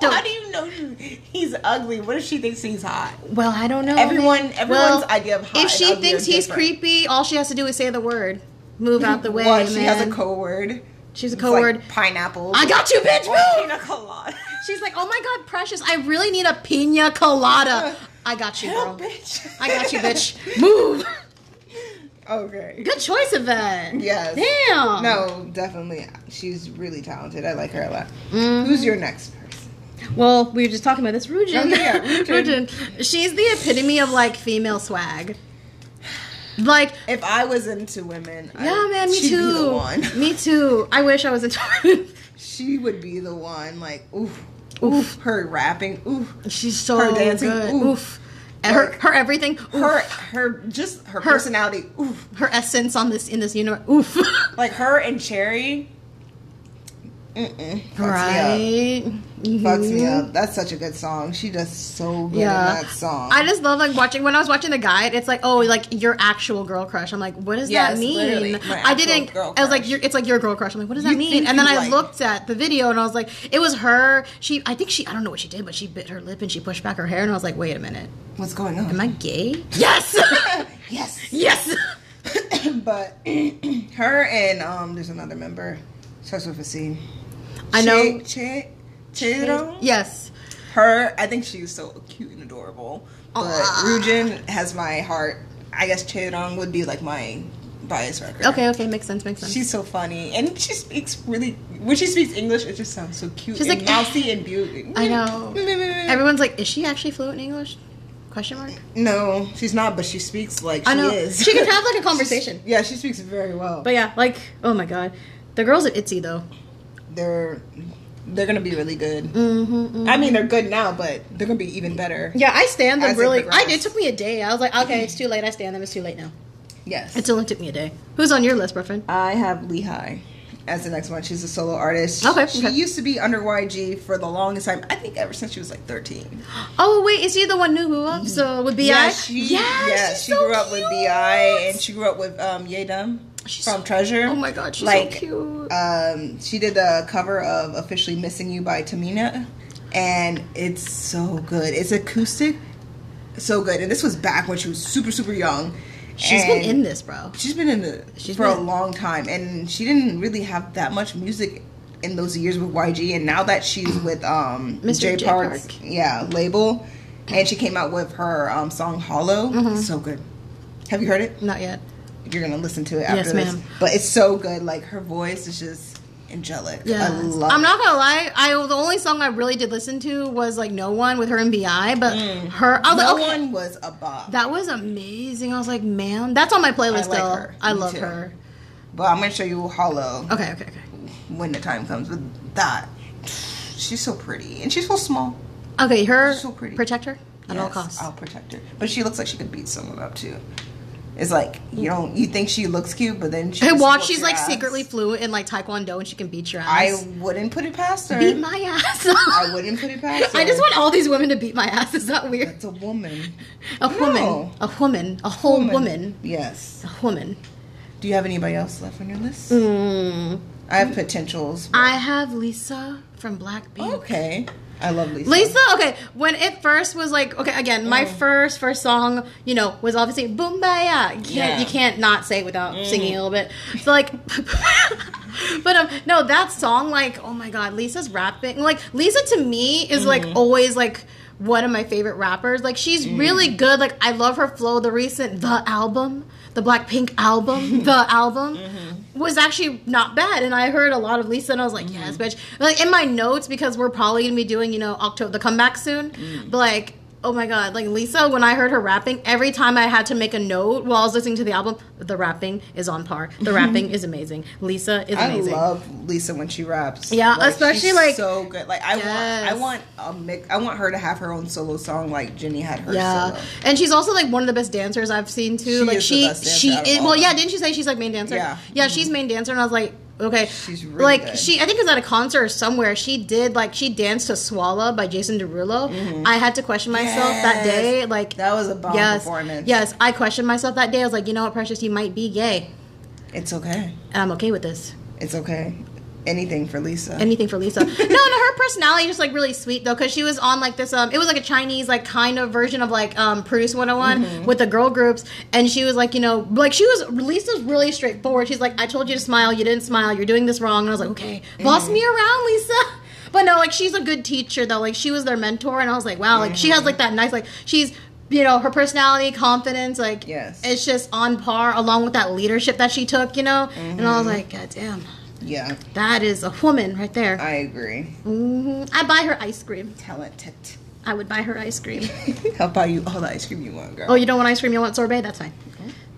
Don't-
How do you know he's ugly? What if she thinks he's hot?
Well, I don't know.
Everyone-
man.
everyone's idea of hot
If
and
she
ugly
thinks
is
he's
different.
creepy, all she has to do is say the word. Move out the way,
What? She has a
man.
code word.
She's a
It's
code
like
word.
Pineapple.
I got you, bitch.
Or
Move.
pina colada.
She's like, oh my god, precious, I really need a pina
Uh,
colada. I got you,
Hell,
girl.
bitch.
I got you, bitch. Move.
okay.
Good choice, Yvette.
Yes.
Damn.
No, definitely. She's really talented. I like her a lot.
Mm-hmm.
Who's your next person?
Well, we were just talking about this Rujin.
Oh, yeah, Rujin.
Rujin. She's the epitome of like female swag. Like,
If I was into women, I-
yeah, man, me
she'd
too.
Be the one.
Me too. I wish I was into women.
She would be the one. Like, oof, oof. Her rapping, oof.
She's so
Her dancing,
good.
oof.
Oof. And Her,
Like-
her everything.
Her,
Her,
her, just her, personality, oof.
her essence on this in this universe. Oof.
Like her and Cherry. Mm-mm. Fucks me up.
right.
Fucks me
Mhm.
up. That's such a good song. She does so good in that song.
I just love like watching when I was watching the guide. It's like, oh, like your actual girl crush. I'm like, what does
Yes,
that
literally,
mean?
my
I
actual
didn't.
girl
I was like,
crush.
your, it's like your girl crush. I'm like, what does
You
that mean?
think
And then
you
I
like-
looked at the video and I was like, it was her. She, I think she, I don't know what she did, but she bit her lip and she pushed back her hair. And I was like, wait a minute,
What's going
am
on?
I gay? Yes,
yes.
yes.
but her and um, there's another member. Starts with a C.
I know.
Ch- Ch- Chidong?
Yes.
Her, I think she's so cute and adorable. But
Aw.
Rujin has my heart. I guess Chidong would be like my bias record.
Okay. Okay. Makes sense. Makes sense.
She's so funny, and she speaks really. When she speaks English, it just sounds so cute.
She's
and
like-
mousy and beauty.
I know. Everyone's like, is she actually fluent in English? Question mark.
No, she's not, but she speaks like she
I know.
is.
She can have like a conversation.
yeah, she speaks very well.
But yeah, like, oh my god, the girls at Itzy though.
they're they're gonna be really good.
Mm-hmm.
I mean, they're good now, but they're gonna be even better.
Yeah, I stand them
As it
really. I,
progressed.
it took me a day. I was like, okay, it's too late. I stand them. It's too late now.
Yes.
It only took me a day. Who's on your list, Brooklyn?
I have Lehigh as the next one. She's a solo artist.
Okay,
She
okay.
used to be under YG for the longest time. I think ever since she was like 13.
Oh wait, is she the one who grew up so with Bi?
she,
yeah,
yeah,
she's
she
so
grew up with
cute.
BI and she grew up with um, Yedum
She's
from
so-
Treasure.
Oh my god, she's
Like,
so cute.
Um, she did a cover of Officially Missing You by Tamina, and it's so good. It's acoustic, so good. And this was back when she was super, super young.
She's
And-
been in this, bro.
she's been in the
She's
for a
been-
long time and she didn't really have that much music in those years with YG and now that she's with um
Mr.
J
J
Park's
Mm-hmm. Park.
yeah label and she came out with her um song Hollow
Mm-hmm.
so good have you heard it
Not yet.
you're gonna listen to it after
Yes,
this
ma'am.
but it's so good like her voice is just angelic
Yeah,
I love
am
it.
not gonna lie. I the only song I really did listen to was like No One with her and Bi, but her. I was
Mm. no
like, okay,
one was a bop
that was amazing. I was like, man, that's on my playlist
like
still.
her.
I
Me
love
too.
her.
but I'm gonna show you Hollow
Okay, okay, okay.
when the time comes with that she's so pretty and she's so small
Okay, her
She's so pretty.
protect her at all
Yes,
costs.
I'll protect her. But she looks like she could beat someone up too. It's like
Mm.
you don't you think she looks cute, but then she
Hey,
just
watch.
whoops
She's
your
like
ass.
secretly fluent in like Taekwondo, and she can beat your
I
ass.
wouldn't put it past her.
beat my ass.
I wouldn't put it past her.
I just want all these women to beat my ass. Is that weird?
It's a woman.
A
No.
woman, a woman, a whole woman,
Yes.
a woman.
Do you have anybody else left on your list?
Mm.
I have potentials.
I have Lisa from Blackpink.
Okay. I love Lisa.
Lisa, okay, when it first was like, okay, again, my first first song, you know, was obviously Boom Baya. You can't,
Yeah.
you can't not say it without singing a little bit. So like, but um, no, that song, like, oh my god, Lisa's rapping, like Lisa to me is like always like one of my favorite rappers. Like she's really good. Like I love her flow. The recent the album. The Blackpink album, the album, was actually not bad, and I heard a lot of Lisa, and I was like, "Yes, bitch!" Like in my notes because we're probably gonna be doing, you know, October the comeback soon. But like, oh my god, like Lisa, when I heard her rapping, every time I had to make a note while I was listening to the album, the rapping is on par. The rapping is amazing. Lisa is
I
amazing.
love Lisa when she raps.
Yeah, especially,
she's
like-
so good. Like I
Yes.
want, I want a mix. I want her to have her own solo song, like Jenny had her
yeah,
solo.
and she's also like one of the best dancers I've seen too.
She
like
is the
she,
best dancer
she,
out of
is,
all
well,
of
yeah,
them.
didn't she say she's like main dancer?
Yeah.
yeah, she's main dancer, and I was like, okay,
She's really
like
good.
she. I think it was at a concert or somewhere. She did like she danced to "Swallow" by Jason Derulo. I had to question myself
Yes.
that day. Like
Mm-hmm. That was a bomb
yes,
performance.
yes, I questioned myself that day. I was like, you know what, Precious, you might be gay,
It's okay.
and I'm okay with this.
It's okay. Anything for Lisa.
anything for Lisa. no, no, her personality is just like really sweet though, because she was on like this. Um, it was like a Chinese like kind of version of like um Produce One Hundred One with the girl groups, and she was like, you know, like she was Lisa's really straightforward. She's like, I told you to smile, you didn't smile, you're doing this wrong, and I was like, okay, boss me around, Lisa. But no, like she's a good teacher though. Like she was their mentor, and I was like, wow, like she has like that nice like she's. You know her personality, confidence, like
Yes.
it's just on par, along with that leadership that she took. You know, and I was like, God damn,
yeah,
that is a woman right there.
I agree.
hmm I buy her ice cream.
Talented.
I would buy her ice cream.
I'll buy you all the ice cream you want, girl.
oh, you don't want ice cream? You want sorbet? That's fine.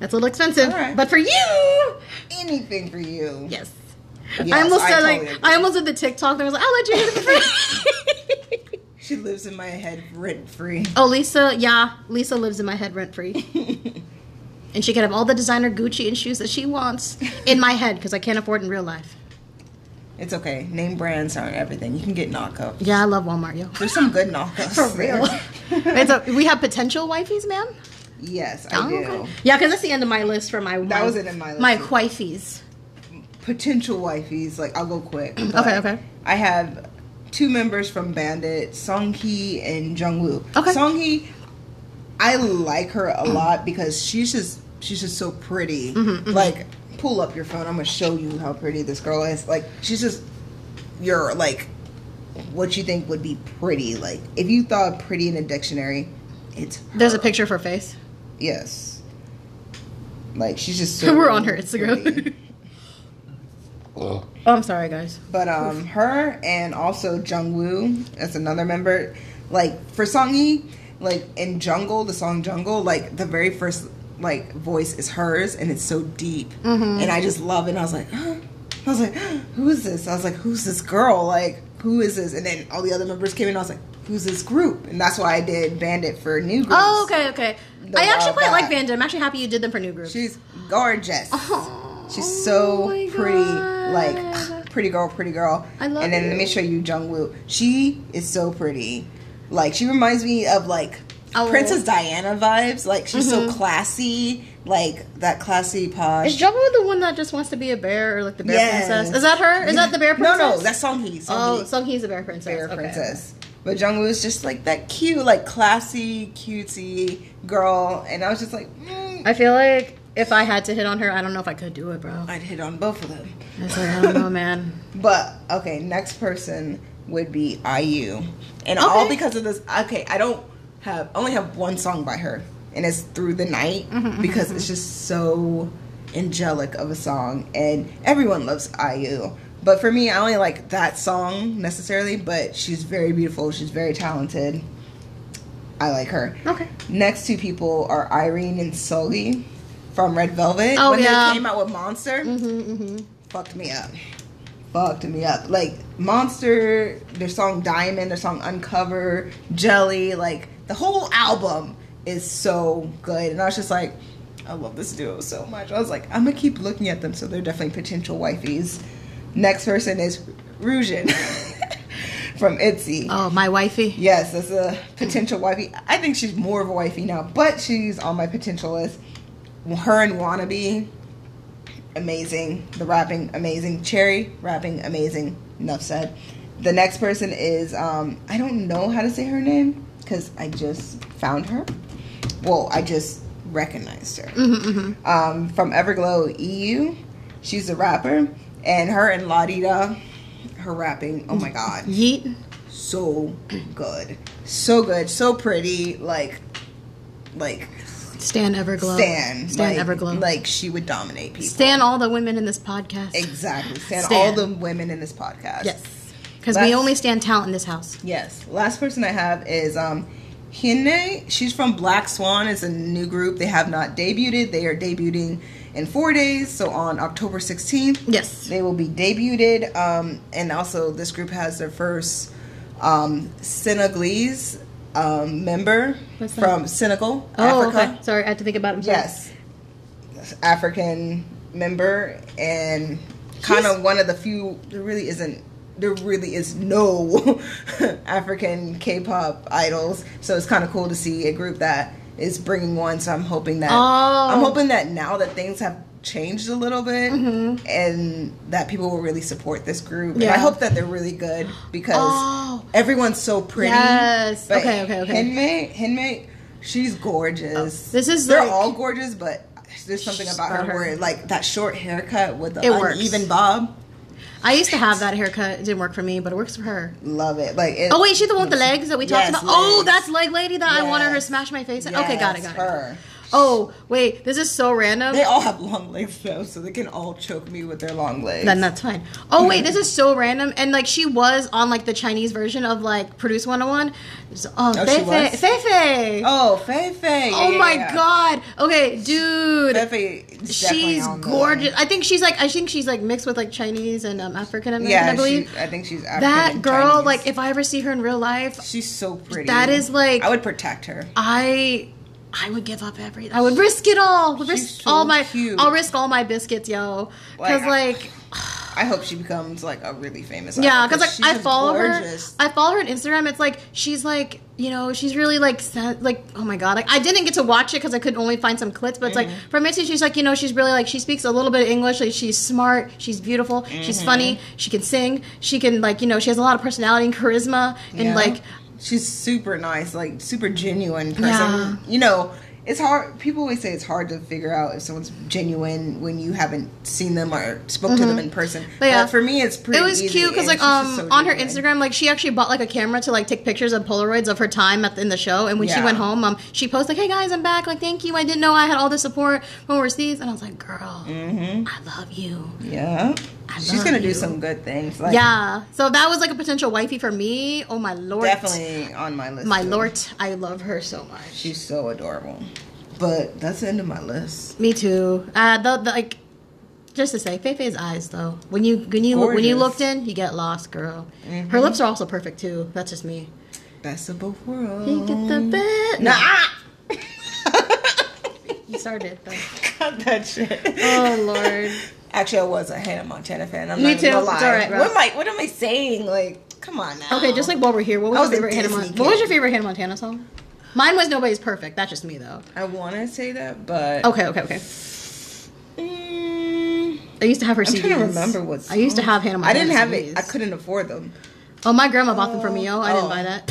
That's a little expensive,
All right.
but for you,
Anything for you.
yes.
Yes,
I almost
I
said
totally
like
agree.
I almost did the TikTok. And I was like, I'll let you do it for free.
She lives in my head rent free.
oh, Lisa, yeah, Lisa lives in my head rent free, and she can have all the designer Gucci and shoes that she wants in my head because I can't afford in real life.
it's okay. Name brands aren't everything. You can get knockups.
Yeah, I love Walmart, yo.
There's some good knockups.
For real,
there.
it's a, we have potential wifeys, ma'am. Oh,
yes, I do.
okay. Yeah, because that's the end of my list for my my,
wasn't in my list
my
either.
wifeys.
potential wifeys. Like I'll go quick. but
Okay, okay.
I have two members from Bandit, Songhee and Jungwoo.
Okay.
Songhee, I like her a lot because she's just she's just so pretty.
Mm-hmm,
Like pull up your phone. I'm gonna show you how pretty this girl is. Like she's just your like what you think would be pretty. Like if you thought pretty in a dictionary, it's her.
There's a picture of her face.
Yes. Like she's just so
We're on her Instagram.
pretty.
Oh, I'm sorry, guys.
But um, her and also Jungwoo as another member. Like for Songy, like in Jungle, the song Jungle, like the very first like voice is hers, and it's so deep,
Mm-hmm.
and I just love it. And I was like, huh? I was like, who is this? I was like, who's this girl? Like, who is this? And then all the other members came in. I was like, who's this group? And that's why I did Bandit for new groups.
Oh, okay, okay.
The
I actually
wild
quite like
guy.
Bandit. I'm actually happy you did them for new groups.
She's gorgeous.
Oh,
She's so
my
pretty,
God.
like ugh, pretty girl, pretty girl.
I love
And then let
you.
me show you Jungwoo. She is so pretty. Like she reminds me of like
Oh.
Princess Diana vibes. Like she's so classy, like that classy
Mm-hmm. Is
posh.
Jabba the one that just wants to be a bear or like the bear
Yes.
princess? Is that her? Is that the bear
No,
princess?
no, that's Songhee. Songhee.
oh, so he's a bear princess.
bear
Okay.
princess. But Jungwoo is just like that cute, like classy, cutesy girl, and I was just like, mm,
I feel like if I had to hit on her, I don't know if I could do it, bro.
I'd hit on both of them.
It's like, I don't know, man.
But okay, next person would be IU, and all
Okay.
because of this. Okay, I don't have I only have one song by her, and it's "Through the Night"
Mm-hmm,
because it's just so angelic of a song, and everyone loves IU. But for me, I only like that song necessarily. But she's very beautiful. She's very talented. I like her.
Okay.
Next two people are Irene and Sully from Red Velvet.
Oh,
when
yeah. Mm-hmm.
they came out with Monster, fucked me up. Fucked me up. Like Monster, their song Diamond, their song Uncover, Jelly, like the whole album is so good. And I was just like, I love this duo so much. I was like, I'm gonna keep looking at them, so they're definitely potential wifeys. Next person is Rujin from ITZY.
Oh, my wifey.
Yes, as a potential wifey. I think she's more of a wifey now, but she's on my potential list. Her and Wannabe, amazing. The rapping, amazing. Cherry, rapping, amazing. Enough said. The next person is, um, I don't know how to say her name because I just found her. Well, I just recognized her. Um, from Everglow EU. She's a rapper. And her and Ladida, her rapping, oh my god
Yeet.
so good, so good, so pretty. Like, like
Stan Everglow.
Stan,
Stan
like,
Everglow.
Like she would dominate people.
Stan all the women in this podcast.
exactly. Stan,
Stan.
all the women in this podcast.
Yes. Because we
That's-
only stand talent in this house.
Yes. Last person I have is um Hine. She's from Black Swan. It's a new group. They have not debuted. They are debuting in four days. So on October 16th,
Yes.
They will be debuted, um, and also this group has their first um, Senegalese um, member
What's that?
from Senegal,
Oh,
Africa.
okay. Sorry, I had to think about him.
Yes, African member, and kind of one of the few. There really isn't. There really is no African K-pop idols, so it's kind of cool to see a group that is bringing one. So I'm hoping that I'm
Oh.
hoping that now that things have changed a little bit and that people will really support this group. And I
Mm-hmm. Yeah.
hope that they're really good because
Oh.
everyone's so pretty.
Yes. Okay, okay, okay.
Henmei, Henmei, she's gorgeous.
Oh, this is
they're
like-
all gorgeous, but there's something
She's
about her,
about her.
where like that short haircut with the
It works.
uneven bob.
I used to have that haircut. It didn't work for me, but it works for her.
Love it. Like it,
Oh wait, she the one with the legs that we talked
Yes,
about. Oh,
legs.
that's leg lady that I wanted her to
Yes.
smash my face. In. okay, got it,
Yes,
got it.
Her.
Oh wait, this is so random.
They all have long legs though, so they can all choke me with their long legs.
Then that's fine. Oh wait, this is so random. And like she was on like the Chinese version of like Produce 101. So, oh,
Oh, she
Feifei.
was?
Feifei. Oh,
Oh, Fei Fei. Yeah, yeah,
my
yeah.
god. Okay, dude.
Fei Fei is definitely
She's
on the-
gorgeous. I think she's like I think she's like mixed with like Chinese and um, African American.
Yeah,
I believe
She, I think she's African
that
and
girl.
Chinese.
Like if I ever see her in real life,
she's so pretty.
that is, like-
I would protect her.
I I would give up everything. I would risk it all. Would
She's
risk
so
all my.
cute.
I'll risk all my biscuits, yo. Because
Like, I-
like,
I hope she becomes like a really famous.
yeah,
idol,
because
she's
like I
just
follow
gorgeous.
her. I follow her on Instagram. It's like she's like you know she's really like sen- like oh my god. Like I didn't get to watch it because I could only find some clips. But it's like for Mitzi, she's like you know she's really like she speaks a little bit of English. Like she's smart. She's beautiful. She's funny. She can sing. She can like you know she has a lot of personality and charisma and
Yeah.
like
she's super nice, like super genuine person.
Yeah.
You know, it's hard. People always say it's hard to figure out if someone's genuine when you haven't seen them or spoke to them in person. But,
Mm-hmm. yeah.
for me, it's pretty.
it was
easy,
cute because
and
like
she's just
um
so
on her
genuine.
instagram like she actually bought like a camera to like take pictures of polaroids of her time at the, in the show and when she
Yeah.
went home um she posted like hey guys i'm back like thank you i didn't know i had all this support from overseas and i was like girl
Mm-hmm.
i love you
Yeah,
I
she's
love
gonna do
you.
some good things. Like,
yeah so that was like a potential wifey for me oh my lord
definitely on my list.
my
too.
lord i love her so much
She's so adorable. But that's the end of my list.
me too uh the, the like just to say Fei's eyes though when you when you when you
Gorgeous. Mm-hmm.
looked in you get lost girl her lips are also perfect too that's just me
Best of both worlds.
you get the
Mm.
bit
Nah.
You started though.
Cut that shit.
Oh lord.
Actually, I was a Hannah Montana fan. I'm
Me
not even
too.
gonna lie.
It's all right,
what
Ross.
am I? What am I saying? Like, come on now.
Okay, just like while we're here, what
I
was,
was a
your favorite Hannah
Disney
Mon- What was
kid.
your favorite Hannah Montana song? Mine was Nobody's Perfect. That's just me though.
I want to say that, but
Okay, okay, okay.
Mm,
I used to have her
I'm
CDs.
trying to remember what.
I used to
songs.
have Hannah
I
Montana.
didn't have
CDs.
it. I couldn't afford them.
Oh, my grandma bought them for me. Yo, I
Oh.
didn't buy that.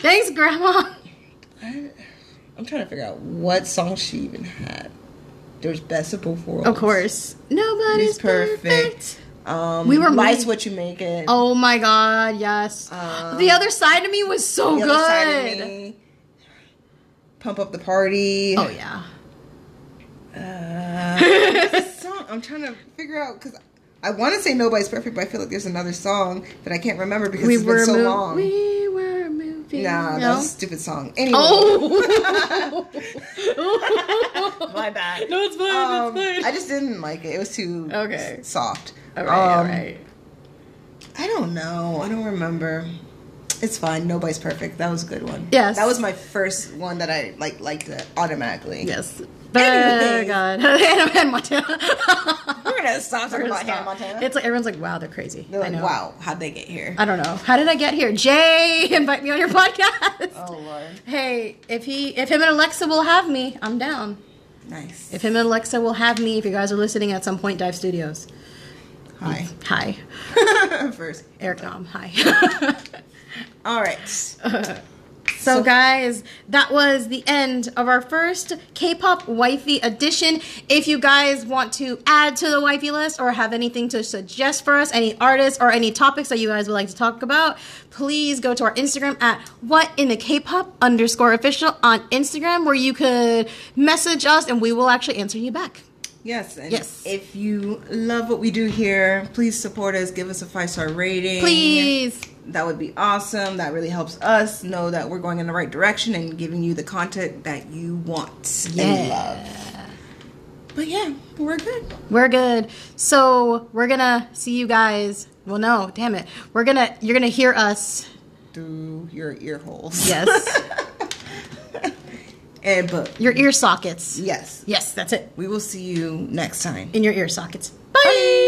Thanks, grandma.
I'm trying to figure out what song she even had. There's best of both worlds.
Of course.
It's
Nobody's
perfect.
perfect.
Um,
We were
life's
moving-
what you make it.
Oh my god, yes.
Um,
the other side of me was so
The
good.
Other Side of Me, Pump up the party.
Oh yeah.
Uh, There's a song I'm trying to figure out because I want to say nobody's perfect, but I feel like there's another song that I can't remember because it's been so
mov-
long.
We were moving.
nah,
No?
that's a stupid song. Anyway,
Oh.
my bad.
no, it's fine.
Um,
it's fine.
I just didn't like it. It was too
Okay.
s- soft.
all right, all
Um,
right.
I don't know. I don't remember. It's fine. Nobody's perfect. That was a good one.
Yes.
that was my first one that I like liked it automatically.
Yes.
Anyway.
Oh, God. Hannah Hannah Montana.
We're gonna stop talking
We're gonna
about Hannah
stop.
Montana.
It's like everyone's like, wow, they're crazy.
They're
I
like,
know.
wow, how'd they get here?
I don't know. How did I get here? Jay, invite me on your podcast.
oh lord.
Hey, if he, if him and Alexa will have me, I'm down.
Nice.
If him and Alexa will have me, if you guys are listening at some point, Dive Studios.
Hi.
Hi,
First.
Aircom. Hi.
All right.
So, guys, that was the end of our first K-pop wifey edition. If you guys want to add to the wifey list or have anything to suggest for us, any artists or any topics that you guys would like to talk about, please go to our Instagram at what in the K-pop underscore official on Instagram, where you could message us and we will actually answer you back.
Yes. And
Yes.
If you love what we do here, please support us. Give us a five star rating.
Please.
That would be awesome. That really helps us know that we're going in the right direction and giving you the content that you want and
Yeah.
love. But yeah, we're good.
We're good. So we're gonna see you guys. Well, no, damn it. We're gonna you're gonna hear us.
Through your ear holes.
Yes.
And but
your ear sockets.
yes,
Yes, that's it.
we will see you next time.
In your ear sockets. Bye.